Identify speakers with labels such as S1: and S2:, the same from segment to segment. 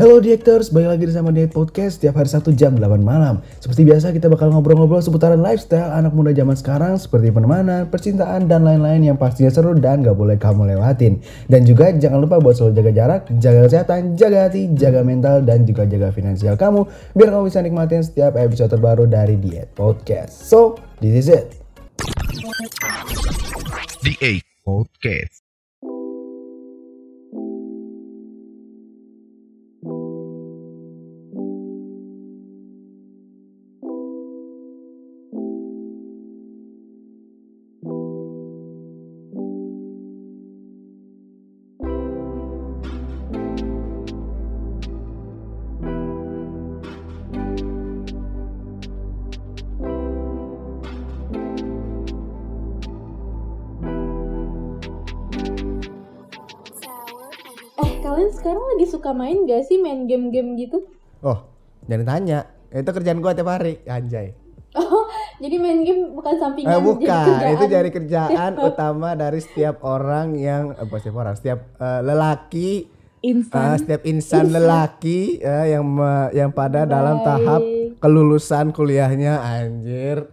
S1: Halo Diectors, balik lagi bersama Diet Podcast setiap hari Sabtu jam 8 malam. Seperti biasa kita bakal ngobrol-ngobrol seputaran lifestyle anak muda zaman sekarang seperti penemanan, percintaan, dan lain-lain yang pastinya seru dan gak boleh kamu lewatin. Dan juga jangan lupa buat selalu jaga jarak, jaga kesehatan, jaga hati, jaga mental, dan juga jaga finansial kamu biar kamu bisa nikmatin setiap episode terbaru dari Diet Podcast. So, this is it.
S2: Diet Podcast.
S3: Eh, kalian sekarang lagi suka main gak sih main game-game gitu?
S1: Oh, jangan tanya. Itu kerjaan gua tiap hari, anjay.
S3: Oh, jadi main game bukan sampingan
S1: Eh
S3: jadi
S1: bukan, itu
S3: kerjaan.
S1: dari kerjaan utama dari setiap orang yang eh, bukan setiap orang, setiap eh, lelaki eh, setiap insan lelaki eh, yang me- yang pada dalam tahap kelulusan kuliahnya anjir.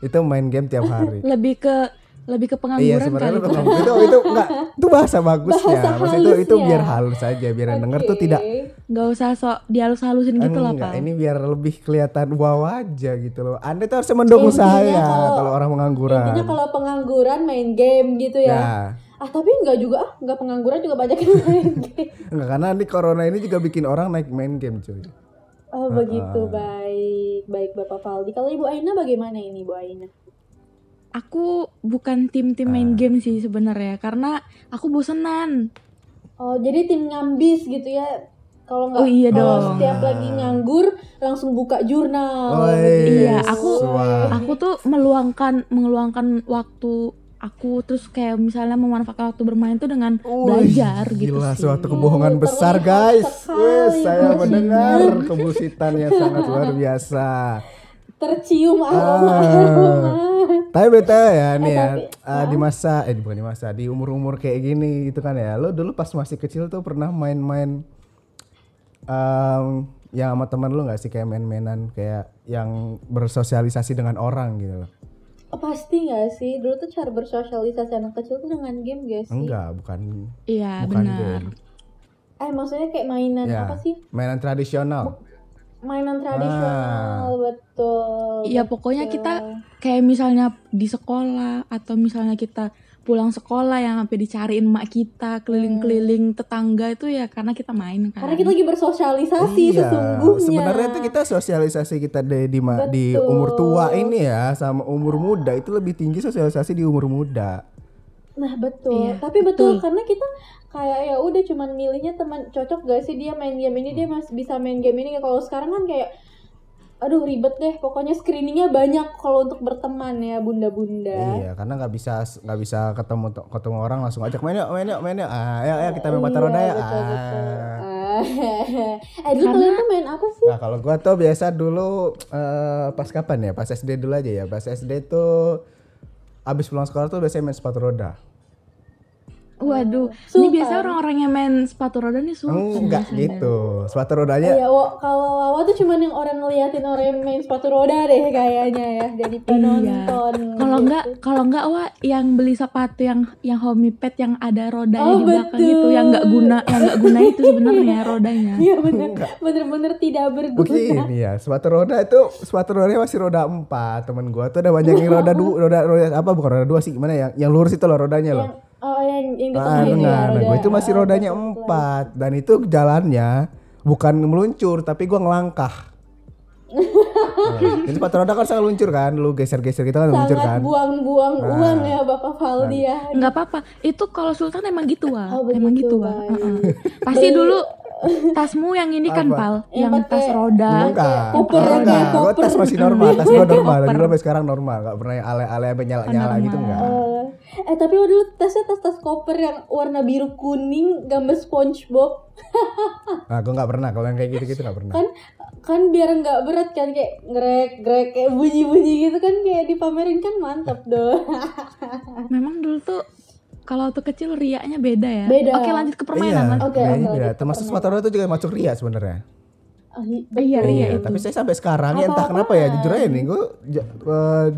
S1: Itu main game tiap hari.
S4: lebih ke lebih ke
S1: Iya
S4: pengangguran
S1: sebenarnya
S4: kali
S1: lu bukan- itu itu enggak itu bahasa bagusnya.
S3: Bahasa
S1: Maksud itu itu
S3: halusnya.
S1: biar halus aja biar yang denger tuh tidak
S4: nggak usah sok dihalus-halusin gitu lah
S1: Enggak,
S4: pak
S1: ini biar lebih kelihatan wow aja gitu loh. Anda tuh harus mendukung saya
S3: kalau- Iya,
S1: kalau orang mengangguran.
S3: Intinya kalau pengangguran main game gitu ya.
S1: Ya.
S3: Ah, tapi enggak juga ah, enggak pengangguran juga banyak yang main game.
S1: Enggak, karena ini corona ini juga bikin orang naik main game cuy. Uh-uh.
S3: Oh, begitu baik. Baik Bapak Faldi. Kalau Ibu Aina bagaimana ini Bu Aina?
S4: aku bukan
S1: Ah.
S4: tim-tim main game sih sebenarnya karena aku bosenan
S3: Oh, jadi tim ngambis gitu ya. Kalau enggak
S4: oh iya
S3: kalau
S4: dong
S3: setiap lagi nganggur langsung buka jurnal.
S1: Woi,
S4: Iya, aku-
S1: suah.
S4: aku tuh meluangkan mengeluangkan waktu aku terus kayak misalnya memanfaatkan waktu bermain tuh dengan
S1: Wih,
S4: belajar gitu
S1: Gila,
S4: sih
S1: suatu kebohongan
S3: Terlihat
S1: besar guys.
S3: sekali Iya.
S1: Wes, saya
S3: bosinya.
S1: mendengar kebusitan yang sangat luar biasa.
S3: Tercium
S1: Ah.
S3: aroma-aroma.
S1: Tapi betul ya nih
S3: Eh,
S1: ya,
S3: tapi-
S1: eh, di masa, eh bukan di masa, di umur-umur kayak gini gitu kan ya. Lo dulu pas masih kecil tuh pernah main-main em, yang sama teman lo gak sih kayak main-mainan kayak yang bersosialisasi dengan orang gitu loh.
S3: pasti nggak sih dulu tuh cara bersosialisasi anak kecil tuh dengan game guys sih Ah,
S1: Enggak, bukan
S4: iya
S1: bukan
S4: benar
S1: game.
S3: eh maksudnya kayak mainan
S1: Ya,
S3: apa sih
S1: mainan tradisional.
S3: mainan
S1: Ah.
S3: tradisional betul
S4: Iya pokoknya kita kayak misalnya di sekolah atau misalnya kita pulang sekolah yang sampai dicariin emak kita keliling-keliling tetangga itu ya karena kita main kan.
S3: karena kita lagi bersosialisasi
S1: Iya,
S3: sesungguhnya
S1: Sebenarnya tuh kita sosialisasi kita di di, ma- di
S3: Betul.
S1: umur tua ini ya sama umur muda itu lebih tinggi sosialisasi di umur muda.
S3: nah betul
S4: Iya,
S3: tapi betul,
S4: betul.
S3: karena kita kayak ya udah cuman milihnya teman cocok gak sih dia main game ini dia
S1: Hmm.
S3: masih bisa main game ini kalau sekarang kan kayak aduh ribet deh pokoknya screeningnya banyak kalau untuk berteman ya bunda-bunda
S1: Iya, karena nggak bisa nggak bisa ketemu ketemu orang langsung ajak main yuk, main yuk, main yuk. Ah, ayo, ayo kita main
S3: Iya,
S1: patah roda ya.
S3: betul-betul.
S1: Ah.
S3: Ah. eh dulu kalian tuh main apa sih
S1: Nah, kalau gua tuh biasa dulu eh, pas kapan ya? Pas SD dulu aja ya. Pas SD tuh abis pulang sekolah tuh biasanya main sepatu roda.
S4: Waduh, ini
S3: Sultan.
S4: biasanya orang-orang yang main sepatu roda
S3: Oh,
S4: nih sultan.
S1: Oh, Enggak
S4: biasanya.
S1: gitu. Sepatu rodanya
S3: Iya, wo- kalau Wawa tuh cuman yang orang ngeliatin orang yang main sepatu roda deh kayaknya ya jadi
S1: Iya.
S3: penonton.
S4: Kalau
S3: gitu.
S4: enggak, kalau enggak wah yang beli sepatu yang yang homey pad yang ada rodanya
S3: Oh,
S4: di belakang gitu yang enggak
S3: betul.
S4: guna yang enggak guna itu sebenarnya rodanya.
S3: Iya bener, bener-bener tidak berguna.
S1: Begini ya, sepatu roda itu sepatu rodanya masih roda 4. Temen gua tuh ada banyak yang roda du, roda roda apa bukan roda dua sih, gimana yang yang lurus itu loh rodanya loh.
S3: Yang, oh yang yang di
S1: Ah,
S3: tengah itu ya,
S1: tengah. Nah,
S3: roda.
S1: gue itu masih
S3: Oh,
S1: rodanya
S3: betul.
S1: empat dan itu jalannya bukan meluncur tapi gue ngelangkah. nah, jadi sepatu roda kan sangat luncur kan, lu geser-geser gitu kan luncur
S3: Sangat
S1: kan.
S3: buang-buang uang ya Bapak Valdi ya.
S4: Enggak apa-apa. Itu kalau sultan emang gitu wah.
S3: Oh,
S4: emang
S3: begitu,
S4: gitu wah.
S3: Bay.
S4: Heeh. Pasti dulu tasmu yang ini kan
S5: Apa?
S4: pal
S3: Yang
S4: yang tas
S3: pakai-
S4: roda
S5: Enggak.
S3: Koper
S1: Nah,
S5: Enggak,
S3: aja,
S5: gua
S3: koper.
S5: tas masih normal, tas gua normal. Dari
S4: Koper.
S5: dulu sampai sekarang normal, enggak pernah yang ale-ale sampai nyala-nyala gitu enggak.
S3: Eh, eh tapi lu dulu tasnya tas tas koper yang warna biru kuning gambar SpongeBob
S5: Nah, gua enggak pernah kalau yang kayak gitu-gitu enggak pernah.
S3: kan kan biar nggak berat kan kayak ngerek ngerek kayak bunyi bunyi gitu kan kayak dipamerin kan mantap dong.
S4: memang dulu tuh kalau waktu kecil riaknya beda ya
S3: Beda.
S4: oke lanjut ke
S1: Nah,
S4: permainan
S5: iya,
S4: lanjut.
S3: Oke,
S5: kayaknya
S3: oke,
S5: beda.
S3: oke,
S5: Termasuk sepatu roda itu juga masuk ria sebenarnya.
S3: Ah, i-
S4: iya ria itu
S5: tapi saya sampai sekarang ya entah kenapa ya jujur aja nih gue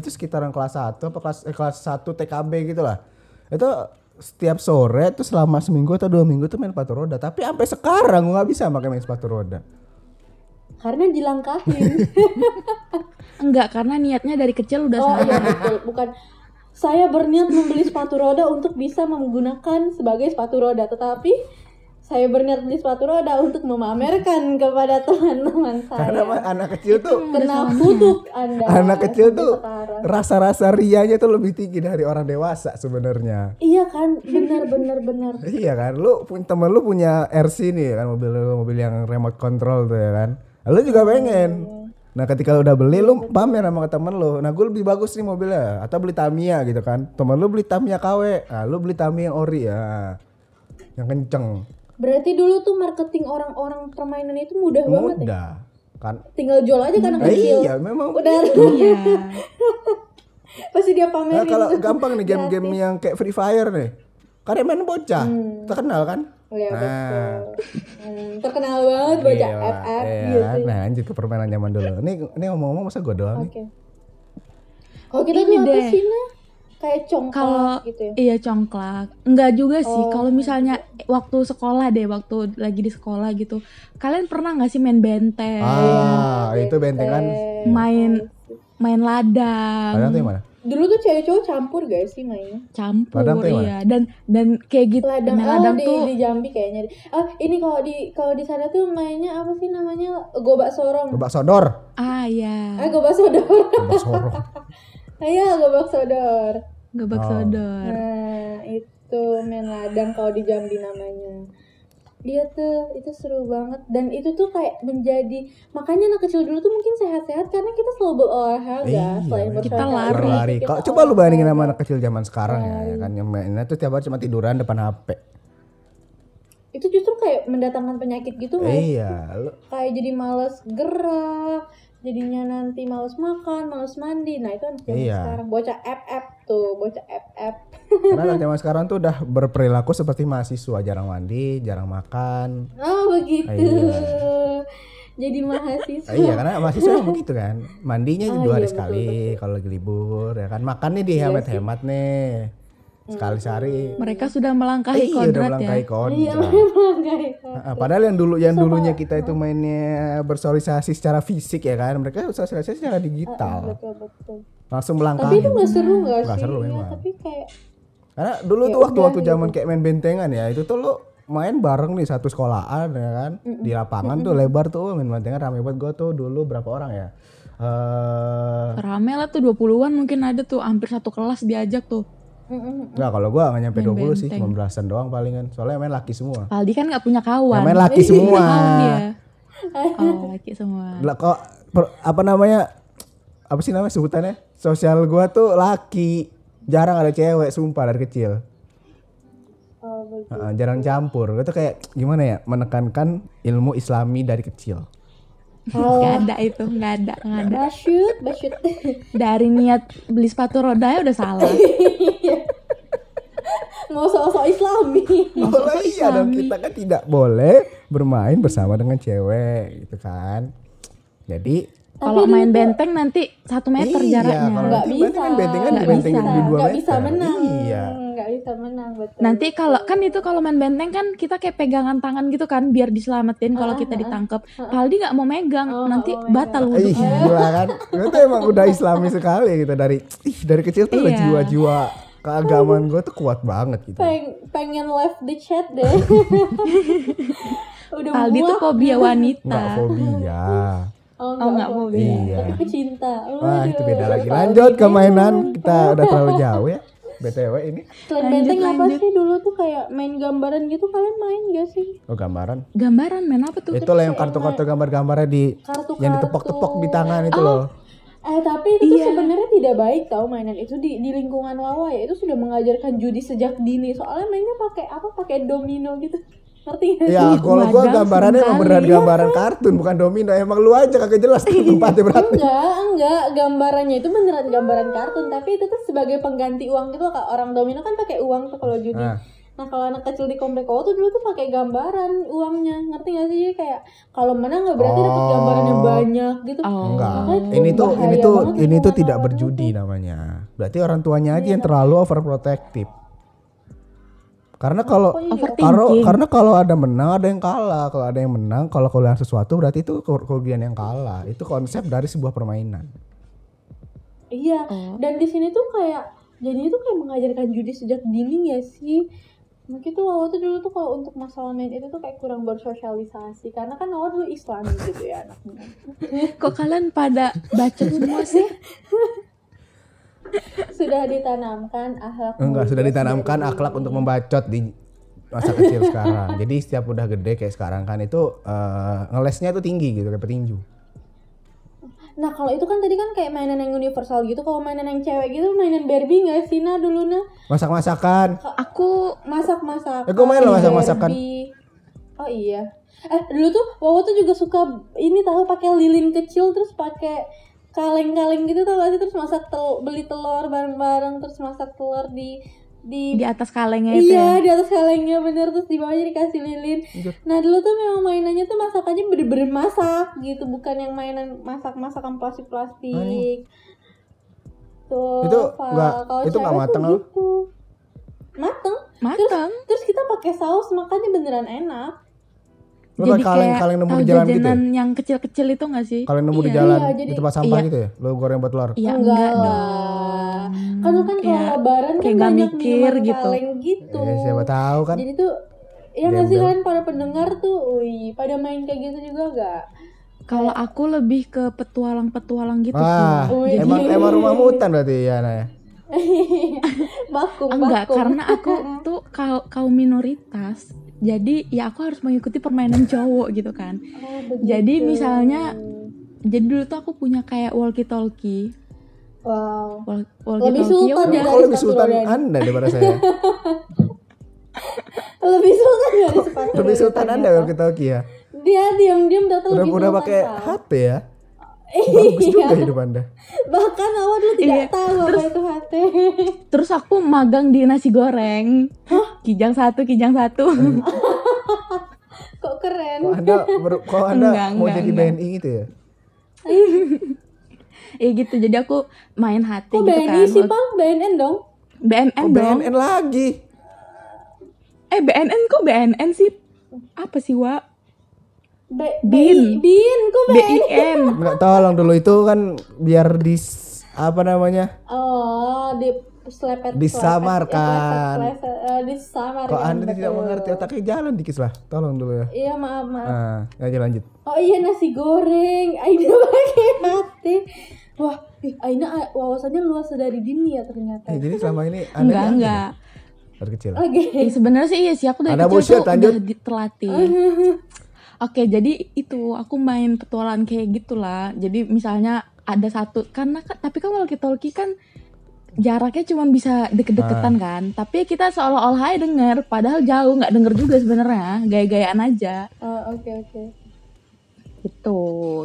S5: itu sekitaran kelas 1 apa kelas eh, kelas 1 TKB gitu lah. Itu setiap sore tuh selama seminggu atau dua minggu tuh main sepatu roda tapi sampai sekarang gue nggak bisa pakai main sepatu roda
S3: karena dilangkahin.
S4: enggak karena niatnya dari kecil udah
S3: oh
S4: salah
S3: iya betul bukan. Saya berniat membeli sepatu roda untuk bisa menggunakan sebagai sepatu roda, tetapi saya berniat beli sepatu roda untuk memamerkan kepada teman-teman saya.
S5: karena mah anak kecil tuh
S3: Kena tutup Anda.
S5: anak kecil
S3: seperti
S5: tuh
S3: sekarang.
S5: rasa-rasa rianya tuh lebih tinggi dari orang dewasa sebenarnya.
S3: Iya kan, benar benar benar.
S1: ya
S5: Iya kan, lu pun- temen lu punya RC nih kan mobil lu, mobil yang remote control tuh ya kan. Lu juga pengen. Nah ketika lu udah beli lu pamer sama ke temen lu. Nah gue lebih bagus nih mobilnya. Atau beli Tamiya gitu kan. Temen lu beli Tamiya KW. Nah, lu beli Tamiya yang ori ya. Yang kenceng.
S3: Berarti dulu tuh marketing orang-orang permainan itu mudah banget. ya?
S5: Mudah. Kan.
S3: Tinggal jual aja kan anak
S5: Eh,
S3: kecil.
S5: iya memang.
S3: Udah
S4: iya
S3: pasti dia
S5: Nah,
S3: pamerin.
S5: kalau
S3: tuh.
S5: gampang nih game-game yang kayak Free Fire nih. Karena main bocah. Terkenal kan.
S3: Iya,
S5: Nah.
S3: betul. Hmm, terkenal banget baca
S5: Gila,
S3: FF
S5: iya
S3: gitu.
S5: kan? Nah, lanjut ke permainan zaman dulu. Ini ini ngomong-ngomong masa gue doang nih.
S3: Oke. Kalau kita
S4: Ini
S3: dulu apa
S4: deh.
S3: sih nah? Kayak congkak
S4: kalau
S3: gitu ya.
S4: iya congklak enggak juga sih
S3: Oh.
S4: kalau misalnya waktu sekolah deh waktu lagi di sekolah gitu kalian pernah nggak sih main benteng
S5: Ah, itu
S3: Benteng.
S5: bentengan.
S3: Iya,
S4: main main
S5: Padang tuh
S4: ladang
S5: yang mana?
S3: Dulu tuh cewek cowok campur guys sih mainnya.
S4: campur
S5: Ladang tuh yang
S4: iya dan dan kayak gitu
S3: Ladang,
S4: main
S3: ah,
S4: ladang
S3: di,
S4: tuh
S3: di Jambi kayaknya. Ah, ini kalau di kalau di sana tuh mainnya apa sih namanya? Gobak sorong.
S5: Gobak sodor.
S4: ah ya
S3: Eh, gobak sodor.
S5: Gobak sorong.
S3: Ayo gobak sodor.
S5: Oh.
S4: gebak sodor
S3: Nah, itu main ladang kalau di Jambi namanya. Dia tuh itu seru banget dan itu tuh kayak menjadi makanya anak kecil dulu tuh mungkin sehat-sehat karena kita selalu berolahraga Iya,
S5: Iya,
S3: selain
S5: memang.
S4: Kita lari.
S5: Baru lari. Kalau coba lu bandingin sama anak kecil zaman sekarang ya, ya kan yang mainnya tuh tiap hari cuma tiduran depan HP.
S3: itu justru kayak mendatangkan penyakit gitu nggak sih?
S5: Iya, lu-
S3: kayak jadi males gerak jadinya nanti males makan males mandi nah itu anak zaman
S5: Iya.
S3: sekarang bocah app tuh bocah app
S5: karena anak zaman sekarang tuh udah berperilaku seperti mahasiswa, jarang mandi, jarang makan.
S3: oh begitu
S5: Iya.
S3: jadi mahasiswa
S5: Eh, iya, karena mahasiswa emang begitu kan. Mandinya
S3: Oh,
S5: dua
S3: iya, betul,
S5: hari
S3: Iya
S5: sekali kalau lagi libur ya kan. Makannya dihemat-hemat nih. Sekali
S3: Hmm.
S5: sehari.
S3: Nah,
S4: mereka sudah melangkahi
S5: Eh, iya, udah
S4: kodrat ya
S5: melangkai
S3: iya
S5: kodrat.
S3: memang guys
S5: Ah, padahal yang dulu yang dulunya kita itu mainnya bersosialisasi secara fisik ya kan mereka sosialisasi secara digital
S3: Ah, betul betul
S5: langsung
S3: tapi itu
S5: melangkah
S3: nggak seru nggak
S5: Nggak
S3: sih
S5: seru
S3: Iya,
S5: memang.
S3: tapi kayak
S5: karena dulu
S3: Ya
S5: tuh waktu-waktu
S3: udah,
S5: zaman kayak main bentengan ya itu tuh lo main bareng nih satu sekolahan ya kan di lapangan tuh lebar tuh main bentengan rame banget gue tuh dulu berapa orang ya eh
S4: rame lah tuh 20-an mungkin ada tuh hampir satu kelas diajak tuh
S3: Mm-mm.
S5: nggak kalau gua nggak nyampe
S4: Main
S5: 20 sih
S4: benteng.
S5: cuma belasan doang palingan soalnya main laki semua
S4: Paldi kan nggak punya kawan
S5: Yang main laki semua.
S4: Tahu dia. oh laki semua
S5: lah kok per- apa namanya apa sih namanya sebutannya sosial gua tuh laki jarang ada cewek sumpah dari kecil
S3: Oh, begitu.
S5: Heeh, jarang campur itu kayak gimana ya menekankan ilmu islami dari kecil
S4: nggak ada itu nggak ada nggak ada
S3: Basyut, basyut.
S4: dari niat beli sepatu roda ya udah salah
S3: Mau sok-sok islami.
S5: oh iya dong kita kan tidak boleh bermain bersama dengan cewek gitu kan jadi
S4: kalau main benteng nanti satu meter
S5: iya,
S4: jaraknya
S5: kalau
S3: Nggak
S5: nanti
S3: bisa.
S5: main kan bentengan
S4: Nggak
S5: dibentengan
S4: bisa.
S5: di dua
S3: Nggak
S5: meter
S3: bisa menang.
S5: iya
S3: Nggak bisa menang, betul.
S4: nanti kalau kan itu kalau main benteng kan kita kayak pegangan tangan gitu kan biar diselamatin kalau
S5: Ah,
S4: kita ditangkep Paldi nggak mau megang
S3: Oh,
S4: nanti
S3: nggak mau
S4: batal
S5: Ih,
S4: wudhunya
S5: gila kan. Gue tuh emang udah islami sekali gitu dari ih, dari kecil tuh udah
S4: Iya.
S5: jiwa-jiwa keagamaan gue tuh kuat banget gitu.
S3: Peng- pengen left the chat deh. Udah
S4: Paldi tuh
S3: muak.
S4: fobia
S5: Enggak
S4: wanita
S5: fobia.
S3: Oh,
S4: oh nggak
S3: nggak
S4: fobia
S5: Iya.
S3: Tapi pecinta.
S5: Wah, itu beda
S3: Waduh.
S5: Eh, lagi. Lanjut ke mainan, kita udah terlalu jauh ya. BTW ini.
S3: Selain
S4: Lanjut,
S3: benteng apa
S4: lanjut.
S3: sih dulu tuh kayak main gambaran gitu kalian main gak sih?
S5: Oh gambaran.
S4: Gambaran main apa tuh?
S5: itu lah yang kartu-kartu gambar-gambarnya di
S3: Kartu-kartu.
S5: yang ditepok-tepok di tangan itu
S3: Oh,
S5: loh.
S3: Eh tapi itu tuh
S4: Iya.
S3: sebenarnya tidak baik tau mainan itu di, di lingkungan wawa ya itu sudah mengajarkan judi sejak dini soalnya mainnya pakai apa pakai domino gitu ngerti gak sih?
S5: Ya kalau gua
S4: wadah
S5: gambarannya emang
S4: seringkali.
S5: beneran gambaran kartun bukan domino. Emang lu aja kagak jelas tuh tempatnya berarti.
S3: Enggak, enggak. Gambarannya itu beneran gambaran kartun, tapi itu tuh sebagai pengganti uang gitu loh. Kak. Orang domino kan pakai uang tuh kalau judi.
S5: Ah.
S3: Nah, kalau anak kecil di komplek kau tuh dulu tuh pakai gambaran uangnya. Ngerti gak sih? Jadi kayak kalau menang nggak berarti dapat gambaran yang
S5: Oh.
S3: banyak gitu.
S4: Oh.
S5: Enggak.
S3: Makanya
S5: Ini tuh
S3: bahaya
S5: ini
S3: banget kan,
S5: tuh ini tuh
S3: lingkungan
S5: tidak
S3: orang
S5: berjudi namanya. Berarti orang tuanya aja yang terlalu overprotective. Karena kalau
S4: ya?
S5: Karena
S4: Overthinking.
S5: karena kalau ada menang ada yang kalah. Kalau ada yang menang, kalau kehilangan sesuatu berarti itu ke- kerugian yang kalah. Itu konsep dari sebuah permainan.
S3: Iya.
S5: Hmm.
S4: Oh.
S3: Dan di sini tuh kayak jadinya tuh kayak mengajarkan judi sejak dini ya sih. Mungkin tuh Wawa tuh dulu tuh kalau untuk masalah main itu tuh kayak kurang bersosialisasi karena kan Wawa dulu Islami gitu ya anaknya.
S4: Kok kalian pada bacot semua sih?
S3: sudah ditanamkan akhlak
S5: Enggak,
S3: mulia
S5: sudah ditanamkan
S3: dari-
S5: akhlak untuk membacot di masa kecil sekarang. Jadi setiap udah gede kayak sekarang kan itu eh, ngelesnya itu tinggi gitu kayak petinju.
S3: nah kalau itu kan tadi kan kayak mainan yang universal gitu kalau mainan yang cewek gitu mainan Barbie nggak sih nah dulu nah
S5: Masak-masakan.
S4: Aku
S3: masak masak
S5: Eh, gua main loh masak-masakan.
S3: oh iya eh dulu tuh Wawa tuh juga suka ini tahu pakai lilin kecil terus pakai kaleng-kaleng gitu tau gak sih terus masak tel beli telur bareng-bareng terus masak telur di di
S4: di atas kalengnya
S5: Gitu
S4: itu ya.
S3: Iya di atas kalengnya bener terus di bawahnya dikasih lilin.
S5: Iya.
S3: Nah dulu tuh memang mainannya tuh masakannya bener-bener masak gitu bukan yang mainan masak masakan plastik plastik. Tuh,
S5: Itu
S3: Pak.
S5: nggak-
S3: Kalau
S5: itu nggak
S3: cewek tuh
S5: mateng loh.
S3: gitu. Mateng.
S4: Matang.
S3: Terus kita pakai saus makanya beneran enak.
S5: Lu kan kaleng-kaleng nemu di jalan gitu.
S4: jajanan
S5: Ya?
S4: yang kecil-kecil itu gak sih?
S5: Kaleng nemu di
S3: Iya,
S5: jalan
S3: iya,
S5: di
S3: jadi-
S5: tempat sampah
S4: iya.
S5: gitu ya. Lu goreng buat telur.
S4: Ya
S3: Enggak
S4: enggak,
S3: lah.
S4: dong.
S3: Kan lu kan kalau
S4: Kayak-
S3: lebaran kan
S4: kayak nggak
S3: banyak
S4: mikir
S3: minuman
S4: gitu.
S3: kaleng gitu.
S5: Eh, siapa tahu kan.
S3: Jadi tuh Ya nggak sih
S5: Gembel.
S3: kalian para pendengar tuh, wih, pada main kayak gitu juga gak?
S4: Kalau aku lebih ke petualang-petualang gitu
S5: Wah,
S3: Wih.
S4: sih.
S5: emang emang rumah hutan berarti ya, Nah. ya?
S3: bakum,
S4: Enggak,
S3: bakum.
S4: karena aku tuh kau kaum minoritas. Jadi ya aku harus mengikuti permainan cowok gitu kan.
S3: Oh, begitu.
S4: Jadi misalnya- Jadi dulu tuh aku punya kayak walkie-talkie.
S3: wow.
S4: Wal-
S3: Lebih
S4: walkie-talkie
S3: sultan
S4: aku-
S3: ya.
S5: Kok lebih
S3: sepatu
S5: sultan
S3: roda.
S5: Anda daripada saya?
S3: Lebih sultan dari sepatu.
S5: Lebih
S3: dari
S5: sultan
S3: sepatu.
S5: Anda kalau kita oke ya.
S3: Dia diam-diam datang
S5: Udah
S3: lebih
S5: udah
S3: sultan,
S5: pakai
S3: Pak.
S5: HP ya. Bagus
S3: Iya.
S5: juga hidup Anda.
S3: Bahkan awal dulu tidak
S4: Iya.
S3: tahu apa itu HT.
S4: Terus aku magang di nasi goreng. Kijang satu, kijang satu.
S3: Kok keren.
S5: Kok Anda ber- kok Anda
S4: Enggak,
S5: mau
S4: enggak,
S5: jadi
S4: enggak.
S5: BNI gitu ya?
S4: ya gitu. Jadi aku main hati
S3: Kok
S4: gitu
S3: BNI
S4: kan.
S3: sih, Bang? BNN dong.
S4: BNN
S5: Kok
S4: dong.
S5: BNN lagi?
S4: Eh BNN kok BNN sih? Apa sih, Wa?
S3: B- BI
S4: Bin.
S3: Bin, kok BNN?
S4: BIN.
S5: Enggak tolong dulu itu kan biar di apa namanya?
S3: Oh, di selepet
S5: Disamarkan.
S3: disamarkan.
S5: Kok Anda tidak
S3: betul.
S5: mengerti otaknya jalan dikit lah. Tolong dulu ya.
S3: Iya, maaf, maaf.
S5: Nah, aja lanjut.
S3: Oh iya nasi goreng,
S5: Iya.
S3: Aina pakai hati. Wah, ih, Aina ah, wawasannya luas dari dini ya
S5: Eh,
S3: ternyata.
S5: jadi selama ini Anda
S4: Enggak,
S5: dianggap
S4: enggak.
S5: ya? Dari kecil.
S3: Oke.
S4: Eh, sebenarnya sih iya sih aku dari
S5: Ada bullshit,
S4: kecil tuh
S5: lanjut.
S4: udah di-
S3: Oh,
S4: terlatih. Oke, jadi itu aku main petualangan kayak gitulah. Jadi misalnya ada satu karena kan- tapi kan walkie-talkie kan jaraknya cuma bisa
S5: Ah.
S4: deket-deketan kan. Tapi kita seolah-olah aja denger padahal jauh nggak denger juga sebenarnya, gaya-gayaan aja.
S3: Oh, oke oke.
S4: Gitu.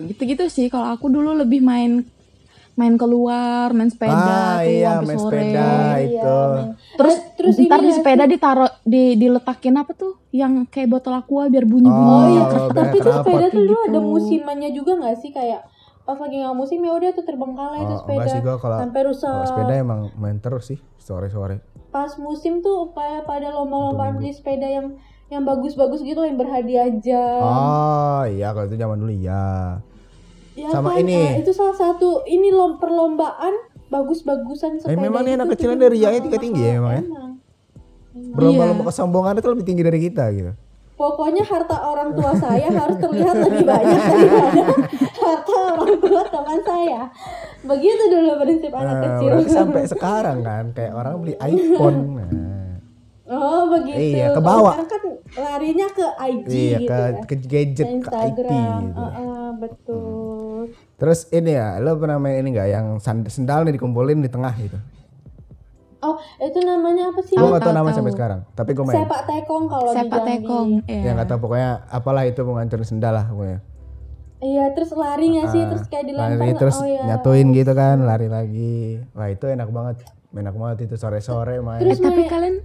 S4: Gitu-gitu sih kalau aku dulu lebih main main keluar, main
S5: ah,
S4: sepeda tuh
S5: iya,
S4: sampai
S5: main
S4: sore.
S5: sepeda itu.
S3: main.
S4: Terus
S3: Iya, Eh, terus ini
S4: ntar di
S3: ya,
S4: sepeda ditaruh di diletakin apa tuh yang kayak botol aqua biar bunyi-bunyi.
S5: Oh,
S3: Oh iya,
S5: kalau
S3: tapi
S5: banyak
S3: tuh sepeda
S5: rapat.
S3: tuh dulu ada
S4: Gitu.
S3: musimannya juga nggak sih kayak pas lagi nggak musim ya udah tuh terbengkalai tuh
S5: Oh,
S3: sepeda
S5: enggak sih gua kalau
S3: sampai rusak.
S5: kalau sepeda emang main terus sih sore-sore.
S3: Pas musim tuh upaya pada lomba-lombaan beli sepeda yang yang bagus-bagus gitu yang berhadiah aja.
S5: Oh iya kalau itu zaman dulu ya.
S3: ya
S5: sama
S3: kan? Eh,
S5: ini.
S3: itu salah satu ini lom perlombaan bagus-bagusan sepeda.
S5: Eh, memang nih
S3: itu
S5: anak
S3: tuh
S5: kecilan
S3: jadi
S5: dari riaknya
S3: mahal-mahal.
S5: tingkat tinggi ya emang ya?
S3: Emang.
S5: Berlomba-lomba kesombongan itu lebih tinggi dari kita gitu.
S3: Pokoknya harta orang tua saya harus terlihat lebih banyak daripada harta orang tua teman saya. Begitu dulu prinsip anak
S5: Nah,
S3: kecil.
S5: berarti sampai sekarang kan kayak orang beli iPhone. Nah,
S3: Oh begitu.
S5: Iya,
S3: Kalau
S5: ke bawah.
S3: sekarang kan larinya ke IG
S5: iya
S3: gitu
S5: ke,
S3: ya.
S5: ke gadget
S3: Ke
S5: ke IT
S3: Instagram.
S5: gitu.
S3: Heeh, betul.
S5: Terus ini ya, lo pernah main ini nggak yang sand- sendalnya dikumpulin di tengah gitu? Hmm.
S3: Oh itu namanya apa sih?
S5: Gue
S4: Tahu,
S5: nggak tahu
S4: tahu,
S5: namanya
S4: tahu.
S5: sampai sekarang, tapi gue main.
S3: Sepak tekong kalau di
S4: Sepak
S3: Jambi.
S4: tekong.
S5: Ya
S4: Iya.
S5: nggak tahu pokoknya apalah itu menghancurin sendal lah pokoknya.
S3: Iya terus larinya sih
S5: Ah,
S3: terus kayak dilempar.
S5: lari terus
S3: oh iya.
S5: nyatuin gitu kan, lari lagi. Wah itu enak banget, enak banget itu sore-sore main.
S4: Eh, tapi kalian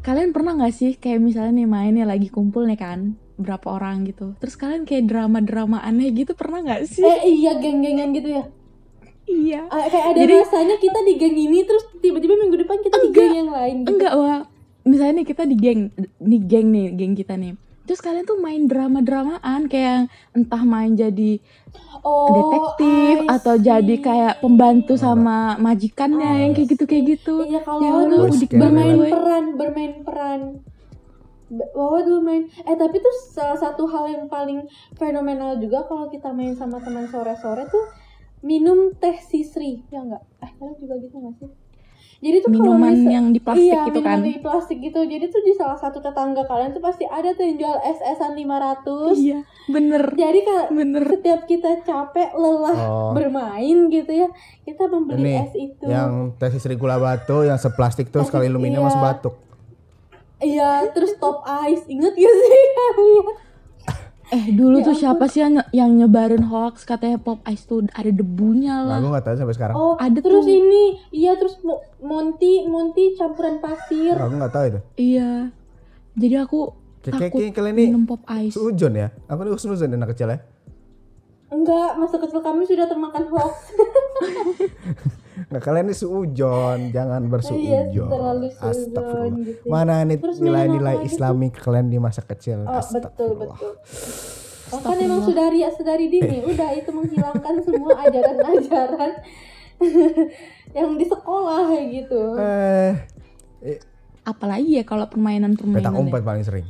S4: kalian pernah nggak sih kayak misalnya nih mainnya lagi kumpul nih kan berapa orang gitu terus kalian kayak drama-drama aneh gitu pernah nggak sih
S3: Eh iya geng-gengan gitu ya.
S4: iya
S3: Ah, kayak ada
S4: Jadi-
S3: rasanya kita di geng ini terus tiba-tiba minggu depan kita di
S4: Enggak.
S3: geng yang lain. gitu.
S4: enggak wah misalnya nih kita di geng nih geng nih geng kita nih terus kalian tuh main drama-dramaan kayak entah main jadi
S3: Oh, I
S4: detektif atau jadi
S3: see.
S4: kayak pembantu sama majikannya yang kayak gitu kayak gitu
S3: Iya kalau
S4: Ya
S3: Wawa
S4: Allah,
S3: dulu
S5: Boys
S4: udik
S5: Carrier.
S4: bermain
S3: bermain
S4: gue.
S3: peran, bermain peran. Ba- Wawa dulu main. Eh tapi tuh salah satu hal yang paling fenomenal juga kalau kita main sama teman sore-sore tuh minum teh sisri ya enggak? Eh kalian juga gitu nggak sih? Jadi tuh kalau
S4: minuman
S3: misa-
S4: yang di plastik
S3: iya,
S4: gitu
S3: minuman
S4: kan
S3: di plastik gitu. Jadi tuh di salah satu tetangga kalian tuh pasti ada tuh yang jual SS-an 500.
S4: iya bener
S3: Jadi kalau
S4: bener
S3: setiap kita capek, lelah
S5: Oh,
S3: bermain gitu ya, kita membeli
S5: Ini
S3: es itu.
S5: yang tesis gula batu, yang seplastik tuh sekali lu minum
S3: Iya.
S5: masuk batuk.
S3: Iya, terus top ice. Ingat gak sih kalian?
S4: eh dulu
S3: Ya
S4: tuh siapa sih yang, yang nyebarin hoax katanya pop ice tuh ada debunya
S5: Nah,
S4: lah
S5: gue nggak tahu sampai sekarang.
S3: Oh,
S4: Ada
S3: terus
S4: tuh.
S3: ini, iya terus Mo- Monty, Monty campuran pasir.
S5: Aku nggak tahu itu.
S4: iya jadi aku
S5: Kayak
S4: takut
S5: kayak kalian ini
S4: minum pop ice
S5: Sujon ya? Aku nih sujon anak kecil ya.
S3: Enggak, masa kecil kami sudah termakan hoax.
S5: Nah kalian ini sujon, jangan bersujon.
S3: Iya, terlalu sujon
S5: Astagfirullah.
S3: gitu.
S5: Mana nih
S3: Terus main apa
S5: nilai-nilai
S3: lagi tuh?
S5: Islami kalian di masa kecil?
S3: Oh, betul,
S5: Astagfirullah.
S3: betul. Eh. Oh, kan emang sudari sudari dini, udah itu menghilangkan semua ajaran-ajaran yang di sekolah kayak gitu.
S5: Eh,
S4: apalagi ya kalau permainan-permainan
S5: petak
S4: ya.
S5: umpet paling sering.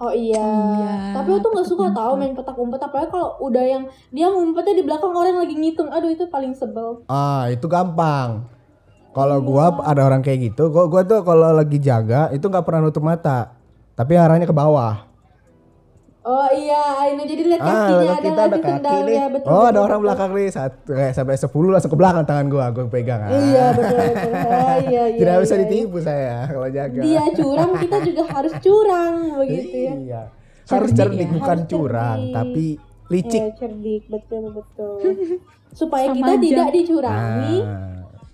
S3: Oh iya.
S4: Iya,
S3: Tapi aku tuh nggak
S4: petak
S3: suka tau main petak umpet apalagi kalau udah yang dia ngumpetnya di belakang orang lagi ngitung. Aduh itu paling sebel.
S5: Ah, itu gampang. Kalau gua ada orang kayak gitu, gua gua tuh kalau lagi jaga itu nggak pernah nutup mata. Tapi arahnya ke bawah.
S3: Oh iya, ini jadi lihat
S5: Ah,
S3: kakinya
S5: belakang
S3: ada
S5: kita
S3: nggak
S5: ada
S3: sih
S5: kaki nih.
S3: sendalnya betul.
S5: oh, ada
S3: betul,
S5: orang
S3: betul.
S5: belakang nih. Satu, kayak sampai 10 langsung ke belakang tangan gua, gua pegang. Ah,
S3: Iya betul betul. Ah, iya, iya,
S5: Tidak bisa
S3: iya, iya.
S5: ditipu saya kalau jaga.
S3: Dia curang, kita juga harus curang begitu ya.
S5: Iya. Harus
S4: Cerdik
S5: cerdik,
S4: ya.
S5: bukan
S3: Harus
S5: curang,
S3: cerdik.
S5: tapi licik.
S3: Iya cerdik betul betul. Supaya
S4: Sama
S3: kita
S4: aja.
S3: tidak dicurangi,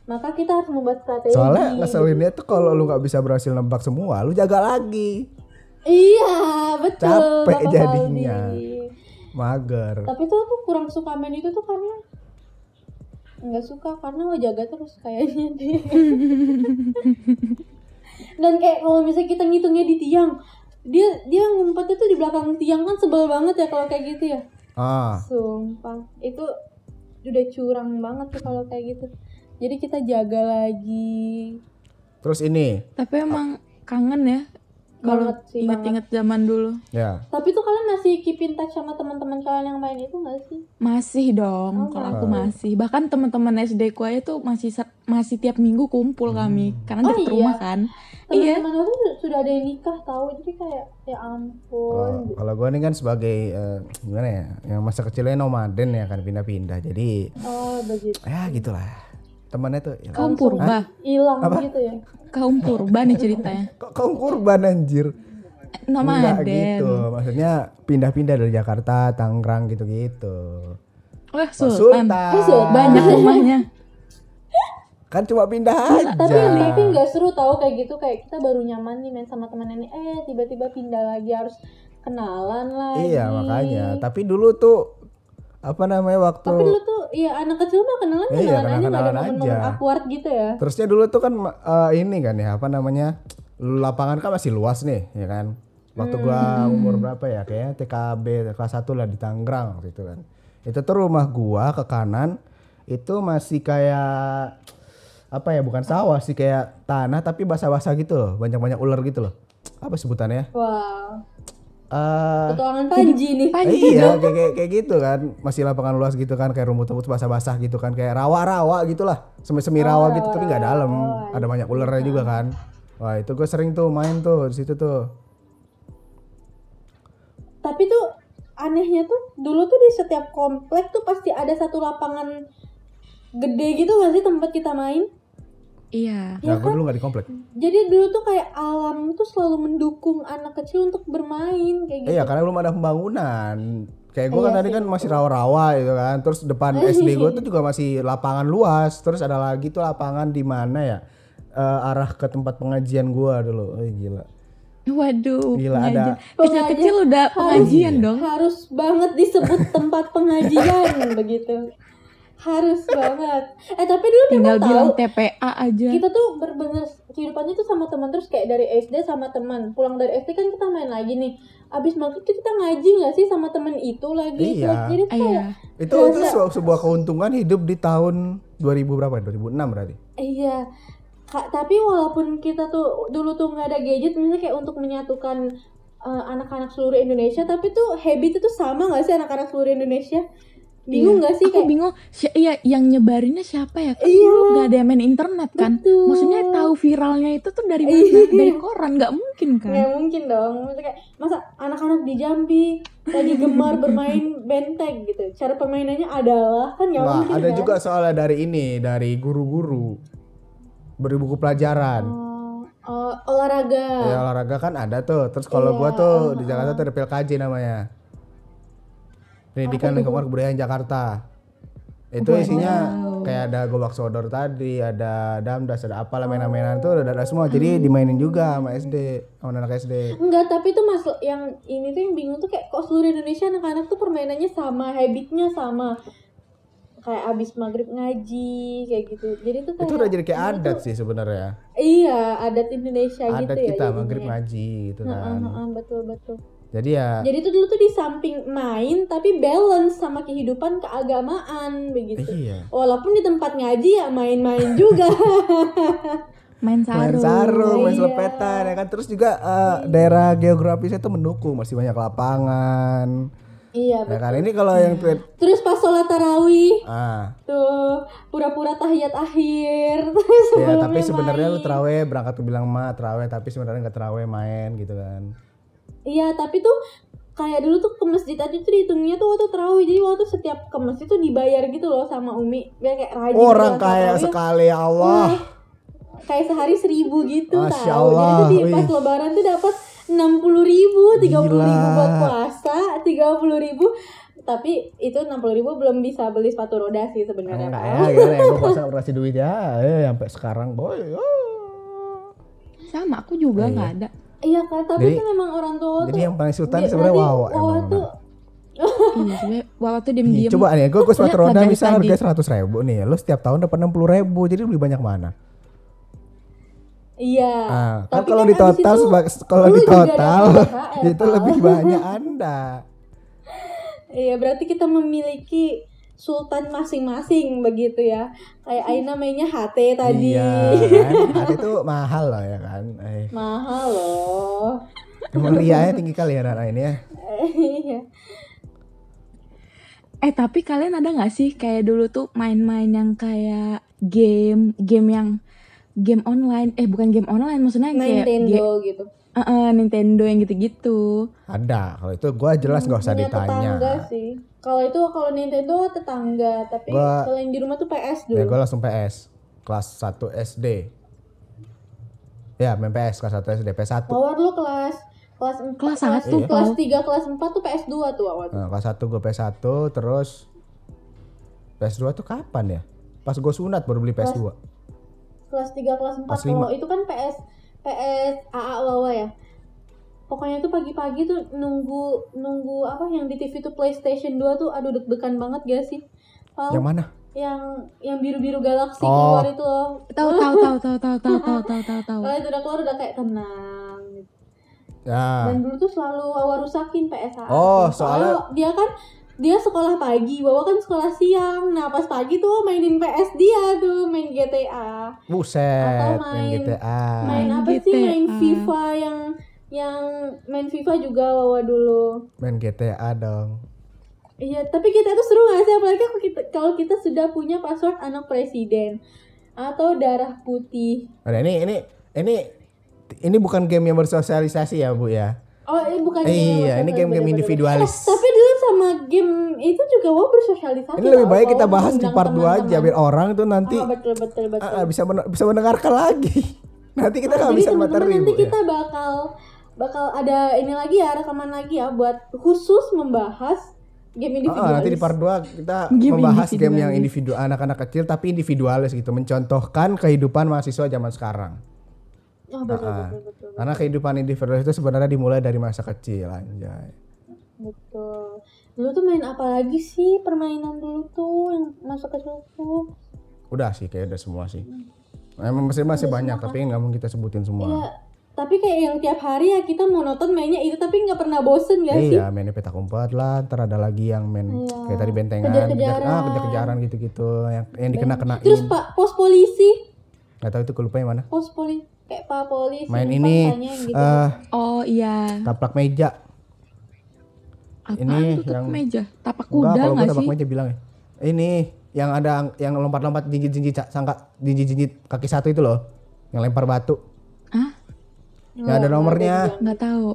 S5: Nah,
S3: maka kita harus membuat strategi.
S5: soalnya ngeselinnya tuh kalau lu nggak bisa berhasil nembak semua, lu jaga lagi.
S3: Iya betul.
S5: Capek
S3: Bapak
S5: jadinya.
S3: Aldi.
S5: Mager.
S3: Tapi tuh aku kurang suka main itu tuh karena nggak suka karena lo jaga terus kayaknya deh. Dan kayak kalau misalnya kita ngitungnya di tiang, dia dia ngumpetnya tuh di belakang tiang kan sebel banget ya kalau kayak gitu ya.
S5: Ah,
S3: Sumpah, itu udah curang banget tuh kalau kayak gitu. Jadi kita jaga lagi.
S5: terus ini, Ah.
S4: tapi emang kangen ya kalau
S3: Banget sih,
S4: inget-inget zaman dulu
S5: ya.
S3: Tapi tuh kalian masih keep in touch sama teman-teman kalian yang main itu nggak sih?
S4: Masih
S3: Oh,
S4: dong, kalau
S5: masih.
S4: aku masih. Bahkan teman-teman SD ku aja tuh masih ser- masih tiap minggu
S5: Hmm.
S4: kumpul kami
S3: Oh,
S4: karena
S3: iya.
S4: deket rumah kan. Iya.
S3: Teman-teman aku tuh sudah ada yang nikah tahu jadi kayak ya
S5: Kalau-
S3: ampun.
S5: Kalau gua ini kan sebagai eh, gimana ya, yang masa kecilnya nomaden ya kan pindah-pindah. Jadi
S3: Oh begitu.
S5: ya gitulah. Temannya tuh ya,
S4: Kaum purba,
S3: hilang
S5: Apa?
S3: gitu ya.
S4: kaum purba nih ceritanya.
S5: kok kau kurban anjir.
S4: Eh, Nama
S5: Enggak
S4: Aden.
S5: gitu. Maksudnya pindah-pindah dari Jakarta, Tangerang gitu-gitu.
S4: Wah,
S5: Pak
S4: Sultan.
S3: Eh, Sultan.
S4: Banyak rumahnya.
S5: Kan cuma pindah aja.
S3: Tapi tapi nggak seru tahu kayak gitu kayak kita baru nyaman nih main sama teman ini eh tiba-tiba pindah lagi harus kenalan lagi.
S5: Iya makanya. Tapi dulu tuh apa namanya waktu
S3: Tapi dulu tuh iya anak kecil mah kenalan
S5: Iya,
S3: kenalan aja nggak ada
S5: kenalan-kenalan
S3: momen-momen
S5: aja.
S3: awkward gitu ya.
S5: terusnya dulu tuh kan eh, ini kan ya apa namanya lapangan kan masih luas nih ya kan. Waktu gua umur berapa ya kayaknya TKB kelas 1 lah di Tangerang waktu itu kan. Itu tuh rumah gua ke kanan itu masih kayak apa ya bukan sawah sih kayak tanah tapi basah-basah gitu loh banyak-banyak ular gitu loh apa sebutannya
S3: Wow.
S5: eh,
S3: Petualangan Panji nih.
S5: Eh,
S4: Panji
S5: iya kayak, kayak kayak gitu kan masih lapangan luas gitu kan kayak rumput-rumput basah-basah gitu kan kayak rawa-rawa gitulah semi-semi
S4: Oh,
S5: rawa gitu tapi nggak dalam ada banyak ularnya juga kan wah itu gue sering tuh main tuh di situ tuh
S3: Tapi tuh anehnya tuh dulu tuh di setiap komplek tuh pasti ada satu lapangan gede gitu gak sih tempat kita main?
S4: Iya.
S5: nah gue dulu nggak di komplek
S3: Jadi dulu tuh kayak alam tuh selalu mendukung anak kecil untuk bermain kayak gitu.
S5: iya karena belum ada pembangunan kayak
S4: Iya
S5: gue kan tadi kan masih rawa-rawa gitu kan terus depan SD gue tuh juga masih lapangan luas terus ada lagi tuh lapangan di mana ya Eh, arah ke tempat pengajian gue dulu Eh, gila
S4: Waduh.
S5: Gila, ada-
S4: pengajian. Kecil-kecil udah pengajian dong.
S3: Harus banget disebut tempat pengajian begitu. Harus banget. Eh tapi dulu kita
S4: Tinggal
S3: tahu
S4: bilang Iya. TPA aja.
S3: kita tuh berbener kehidupannya tuh sama teman terus kayak dari SD sama teman. Pulang dari SD kan kita main lagi nih. Abis maghrib tuh kita ngaji nggak sih sama teman itu lagi.
S5: Iya.
S3: Terus jadi tuh kayak,
S4: Iya.
S5: itu itu sebuah, sebuah keuntungan hidup di tahun 2000 berapa 2006 berarti
S3: Iya. Kak, tapi walaupun kita tuh dulu tuh nggak ada gadget misalnya kayak untuk menyatukan eh, anak-anak seluruh Indonesia, tapi tuh habit itu sama nggak sih anak-anak seluruh Indonesia? Bingung nggak sih
S4: Iya. Aku
S3: kayak
S4: bingung. Si- iya, yang nyebarinnya siapa ya? Kan
S3: Iya.
S4: dulu nggak ada yang main internet kan.
S3: Betul.
S4: Maksudnya tahu viralnya itu tuh dari mana?
S3: Iya.
S4: Dari koran nggak mungkin kan?
S3: nggak mungkin dong. Maksudnya kayak masa anak-anak di Jambi lagi gemar bermain benteng gitu. Cara permainannya adalah kan nggak
S5: Wah,
S3: mungkin
S5: ada
S3: kan?
S5: juga soalnya dari ini dari guru-guru beri buku pelajaran
S4: Oh,
S3: Eh, eh, olahraga.
S5: ya olahraga kan ada tuh terus kalau gua
S3: Iya,
S5: tuh
S3: heeh.
S5: di Jakarta tuh ada PLKJ namanya pendidikan lingkungan kebudayaan Jakarta itu isinya kayak ada gobak sodor tadi ada damdas ada
S3: Oh.
S5: apalah mainan-mainan tuh ada, ada semua
S3: Hmm.
S5: jadi dimainin juga sama SD sama anak SD
S3: Enggak, tapi tuh mas yang ini tuh yang bingung tuh kayak kok seluruh Indonesia anak-anak tuh permainannya sama, habitnya sama. Kayak abis maghrib ngaji kayak gitu. Jadi tuh kayak
S5: itu udah jadi kayak adat sih sebenarnya
S3: iya adat Indonesia Iya, gitu
S5: adat
S3: ya.
S5: kita
S3: jadinya.
S5: maghrib ngaji gitu
S3: Heeh,
S5: kan
S3: heeh, betul betul.
S5: jadi ya
S3: Jadi tuh dulu tuh di samping main tapi balance sama kehidupan keagamaan begitu.
S5: iya
S3: Walaupun di tempat ngaji ya main-main juga.
S4: Main sarung.
S5: main sarung, main
S3: Iya.
S5: selepetan ya kan. Terus juga eh, daerah geografisnya itu mendukung, masih banyak lapangan.
S3: iya
S5: Ya
S3: betul.
S5: kan ini kalau yang tweet
S3: Terus pas sholat tarawih
S5: ah
S3: tuh pura-pura tahiyat akhir terus
S5: ya tapi
S3: sebelumnya
S5: sebenarnya lu
S3: main.
S5: teraweh berangkat tuh bilang ma teraweh tapi sebenarnya nggak teraweh main gitu kan.
S3: Iya, tapi tuh kayak dulu tuh ke masjid aja tuh dihitungnya tuh waktu terawih. Jadi waktu setiap ke masjid tuh dibayar gitu loh sama Umi. Biar kayak rajin.
S5: Oh, Orang
S3: berangkat
S5: kaya
S3: terawih.
S5: sekali ya
S3: Nah,
S5: Allah.
S3: kayak sehari seribu gitu
S5: Masya
S3: tau. Jadi tuh di
S5: Allah,
S3: pas
S5: wih.
S3: lebaran tuh dapat enam puluh ribu, tiga puluh ribu
S5: Gila.
S3: buat puasa, tiga puluh ribu. Tapi itu enam puluh ribu belum bisa beli sepatu roda sih sebenarnya. Pak.
S5: Enggak ya, gimana ya? Gue puasa nggak kasih duit ya, eh sampai sekarang boy. Oh.
S4: Sama aku juga nggak ada.
S3: Iya kan, tapi
S5: Jadi-
S3: kan memang orang tua tuh.
S5: Jadi yang paling sultan
S3: dia-
S5: sebenarnya
S3: berarti
S5: Wawa.
S3: Wawa
S5: emang.
S3: tuh
S4: Iya, sebenarnya Wawa tuh diem-diem.
S5: Coba nih, gue
S4: Lihat
S5: sepatu
S4: lah
S5: roda
S4: dari
S5: misal
S4: tadi.
S5: harga seratus ribu nih, lo setiap tahun dapat enam puluh ribu, jadi beli banyak mana?
S3: Iya.
S5: Ah, kan
S3: Tapi
S5: kalau
S3: kan
S5: di
S3: abis
S5: total
S3: itu
S5: sebag- kalau
S3: lu
S5: di
S3: juga
S5: total
S3: dapat THR,
S5: itu
S3: Pak.
S5: lebih banyak Anda.
S3: Iya, berarti kita memiliki sultan masing-masing begitu ya. Kayak Aina mainnya HT tadi.
S5: Iya, kan? Hati itu mahal loh ya kan. Eh,
S3: Mahal loh.
S5: emang rianya tinggi kali ya anak ini ya.
S3: Iya.
S4: Eh tapi kalian ada nggak sih kayak dulu tuh main-main yang kayak game, game yang game online, eh bukan game online maksudnya yang kayak
S3: Nintendo
S4: ge-
S3: gitu.
S4: Eh, eh, Nintendo yang gitu-gitu.
S5: Ada, kalau itu gua jelas nggak usah
S3: Punya
S5: ditanya.
S3: tetangga sih. Kalau itu kalau Nintendo tetangga, tapi
S5: Gua-
S3: kalau yang di rumah tuh PS dulu.
S5: Ya gua langsung PS kelas 1 SD. Ya, main PS kelas 1 SD, PS1.
S3: Wawan lu kelas kelas 4,
S4: Kelas satu,
S3: kelas, kelas
S4: Pau.
S3: 3, kelas 4 tuh PS2 tuh Wawan.
S5: Nah, kelas 1 gua PS1 terus PS2 tuh kapan ya? Pas gua sunat baru beli PS2.
S3: kelas 3 kelas 4
S5: Kelas
S3: kalau itu kan PS PS AA Wawa ya pokoknya tuh pagi-pagi tuh nunggu nunggu apa yang di TV tuh PlayStation 2 tuh aduh deg-degan banget gak sih Pal,
S5: Yang mana?
S3: yang yang biru-biru galaksi
S5: Oh.
S3: keluar itu loh
S4: Tahu tahu tahu tahu tahu tahu tahu tahu tahu tahu.
S3: kalau itu udah keluar udah kayak tenang gitu.
S5: Ya.
S3: dan dulu tuh selalu Wawa rusakin PS AA
S5: Oh,
S3: soalnya dia kan dia sekolah pagi, Wawa kan sekolah siang. Nah, pas pagi tuh mainin PS dia tuh, main GTA.
S5: Buset,
S3: Atau
S5: main
S3: main-
S5: GTA.
S3: main
S4: Main
S3: apa sih main
S4: GTA.
S3: FIFA yang yang main FIFA juga Wawa dulu.
S5: Main GTA dong.
S3: Iya, tapi kita tuh seru gak sih? Apalagi kalau kita, kalau kita sudah punya password anak presiden atau darah putih.
S5: Nah, ini ini ini ini bukan game yang bersosialisasi ya, Bu ya.
S3: Oh, ini bukan
S5: Eh,
S3: game
S5: iya,
S3: yang
S5: ini
S3: bersosialisasi,
S5: game-game
S3: bener-bener.
S5: individualis.
S3: Eh, tapi dulu sama game itu juga Wawa bersosialisasi.
S5: Ini lebih
S3: tau,
S5: baik
S3: Wawa
S5: kita bahas di
S3: mengundang
S5: part 2 aja
S3: teman-teman.
S5: biar orang tuh nanti
S3: Ah, betul betul betul.
S5: ah, ah, bisa men- bisa mendengarkan lagi. nanti kita nggak bisa
S3: teman-teman
S5: materi,
S3: nanti
S5: Bu. ya.
S3: kita bakal bakal ada ini lagi ya rekaman lagi ya buat khusus membahas game
S5: Ah, ah,
S3: individualis.
S5: nanti di part 2 kita
S4: Game
S5: membahas game yang
S4: individualis.
S5: individu anak-anak kecil tapi individualis gitu, mencontohkan kehidupan mahasiswa zaman sekarang.
S3: Oh, betul,
S5: Ah, ah.
S3: betul, betul,
S5: Karena kehidupan individualis itu sebenarnya dimulai dari masa kecil anjay.
S3: betul. Dulu tuh main apa lagi sih permainan dulu tuh yang masuk ke tuh?
S5: Udah sih kayak udah semua sih. Emang masih masih banyak tapi nggak mungkin kita sebutin semua.
S3: Hmm. Iya. Tapi kayak yang tiap hari ya kita monoton mainnya itu tapi nggak pernah bosen gak sih?
S5: Iya, mainnya petak umpet lah, ntar ada lagi yang main kayak tadi bentengan,
S3: Kejar-kejaran.
S5: kejar- ah, kejar-kejaran gitu-gitu yang yang dikena-kenain.
S3: Terus pak pos polisi,
S5: Gak tahu itu gue lupa yang mana.
S3: pos polisi kayak pak polisi.
S5: Main
S3: Pak
S5: ini
S3: tanya yang gitu.
S5: eh
S4: Oh iya.
S5: taplak meja.
S4: Apaan
S5: Ini
S4: tuh tapak
S5: yang-
S4: meja? Tapak
S5: Enggak,
S4: kuda
S5: kalau gue
S4: nggak
S5: taplak
S4: sih?
S5: meja bilang ya. Ini yang ada ang- yang lompat-lompat jinjit-jinjit ca- sangka jinjit-jinjit kaki satu itu loh. Yang lempar batu.
S4: Hah?
S5: Yang ada nomornya.
S4: Nggak tahu.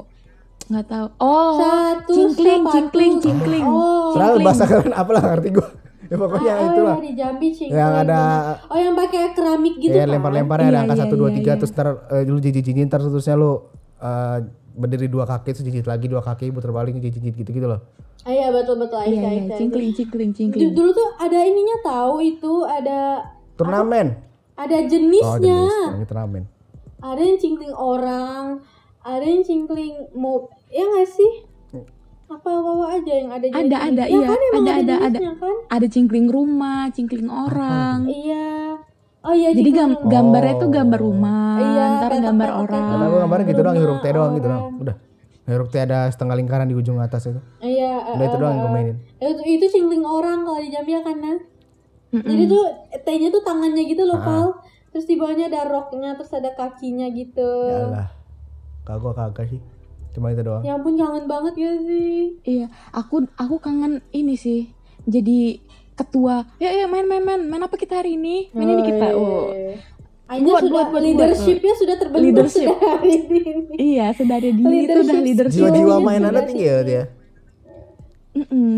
S4: Nggak tahu. Oh,
S3: Satu
S4: cingkling,
S3: sepatu.
S4: cingkling, cingling.
S3: Oh.
S5: Selalu bahasa keren apalah ngerti gue. Ya pokoknya
S3: oh,
S5: itulah.
S3: yang di Jambi cingkring.
S5: Yang ada-
S3: Oh, yang pakai keramik gitu
S5: Iya
S3: kan?
S5: lempar-lemparnya ada
S4: Iya,
S5: angka
S4: iya,
S5: satu dua
S4: iya,
S5: tiga
S4: iya.
S5: terus ntar eh, lu jinjit-jinjit terus terusnya lu eh, berdiri dua kaki terus jinjit lagi dua kaki putar balik jinjit-jinjit gitu-gitu loh.
S3: Ah, iya betul-betul Aisyah,
S4: Iya, iya,
S3: Aisyah, Aisyah.
S4: cingkling, cingkling, cingkling.
S3: Du- Dulu tuh ada ininya tahu itu ada
S5: Turnamen.
S3: ada
S5: Oh,
S3: jenisnya.
S5: jenis
S4: Iya.
S5: ini turnamen.
S3: Ada yang cingkling orang, ada yang cingkling mau ya nggak sih?
S5: Hmm.
S3: Apa wawa aja yang ada jenis?
S4: Ada, ada,
S3: ya,
S4: iya.
S3: Kan, emang
S4: Ada, ada, ada.
S3: jenisnya, kan?
S4: Ada cingkling rumah, cingkling orang.
S3: Iya. Oh iya
S4: Jadi
S3: cingkling
S4: gam-
S3: orang.
S4: gambarnya tuh
S5: Oh.
S4: gambar rumah,
S3: Iya,
S4: ntar
S3: petak-
S4: gambar
S3: petak-
S4: orang.
S5: Gak tau gue kemarin gitu doang,
S3: Rumah
S5: huruf T doang gitu doang.
S3: orang.
S5: Udah. Huruf T ada setengah lingkaran di ujung atas itu.
S3: Iya,
S5: Udah itu
S3: eh,
S5: doang
S3: eh,
S5: yang gue mainin.
S3: eh. itu, itu cingkling orang kalau di Jambi ya kan Nah?
S4: Mm-mm.
S3: Jadi tuh T-nya tuh tangannya gitu loh,
S5: Ah.
S3: Pal. Terus di bawahnya ada roknya, terus ada kakinya gitu.
S5: Yalah. Ya Kagak gua kagak sih. Cuma itu doang.
S3: Ya ampun kangen banget ya sih.
S4: Iya, aku aku kangen ini sih. Jadi ketua, ya ya main main main, main apa kita hari ini? Main ini
S3: iya,
S4: kita. Oh.
S3: Akhirnya
S4: Buat,
S3: sudah
S4: buat, buat, buat.
S3: leadershipnya sudah terbentuk
S4: Leadership.
S3: sudah hari ini.
S4: Iya, sedari dini itu
S3: Leadership.
S4: udah leadership.
S5: Jiwa-jiwa
S3: Jiwanya
S5: mainannya
S4: iya,
S3: sudah
S5: tinggi ya dia.
S4: Mm-mm.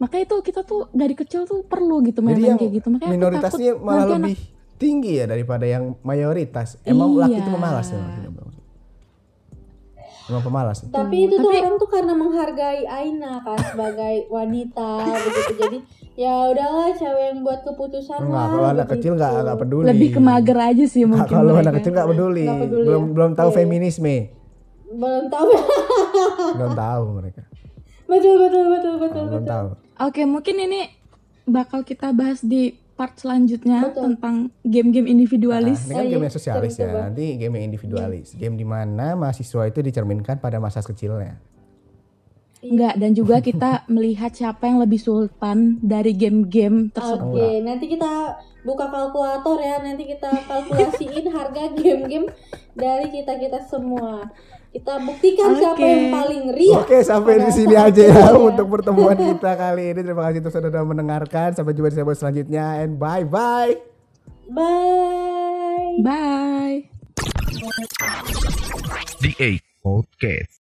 S4: Makanya itu kita tuh dari kecil tuh perlu gitu
S5: Jadi
S4: main
S5: yang
S4: kayak gitu. Makanya aku
S5: minoritasnya
S4: takut
S5: malah
S4: nanti
S5: lebih tinggi ya daripada yang mayoritas. Emang laki
S4: Iya.
S5: itu pemalas ya. Bang? Emang pemalas. ya?
S3: Tapi itu tuh orang tuh karena menghargai Aina kan sebagai wanita begitu. Jadi ya udahlah cewek yang buat keputusan
S5: Enggak,
S3: lah,
S5: kalau anak
S3: begitu.
S5: kecil enggak enggak peduli.
S4: lebih Oh, ke mager aja sih
S5: Nah,
S4: mungkin.
S5: kalau anak
S4: mereka.
S5: kecil enggak peduli.
S3: Nggak peduli
S5: Belum
S3: ya.
S5: belum tahu
S3: Iya, iya.
S5: feminisme.
S3: belum tahu.
S5: Belum tahu mereka.
S3: betul betul betul betul
S5: Belum
S3: betul.
S5: tahu.
S4: Oke, mungkin ini bakal kita bahas di part selanjutnya
S3: Betul.
S4: tentang game-game individualis.
S5: Nah, ini kan
S3: Oh, iya.
S5: game yang sosialis ya.
S3: Seru, seru.
S5: Nanti game yang
S4: Iya.
S5: individualis. Game di mana mahasiswa itu dicerminkan pada masa kecilnya.
S4: Enggak, dan juga kita melihat siapa yang lebih sultan dari game-game
S3: Oke,
S4: tersebut.
S3: nanti kita buka kalkulator ya. Nanti kita kalkulasiin harga game-game dari kita-kita semua. Kita buktikan siapa
S4: Oke.
S3: yang paling
S4: Iya,
S3: riak.
S5: Oke, sampai
S3: pada
S5: di sini
S3: saat
S5: aja ya
S3: itu
S5: untuk pertemuan kita kali ini. Terima kasih untuk sudah mendengarkan. Sampai jumpa di episode selanjutnya and bye bye.
S3: Bye.
S4: Bye.
S2: The Eight Podcast.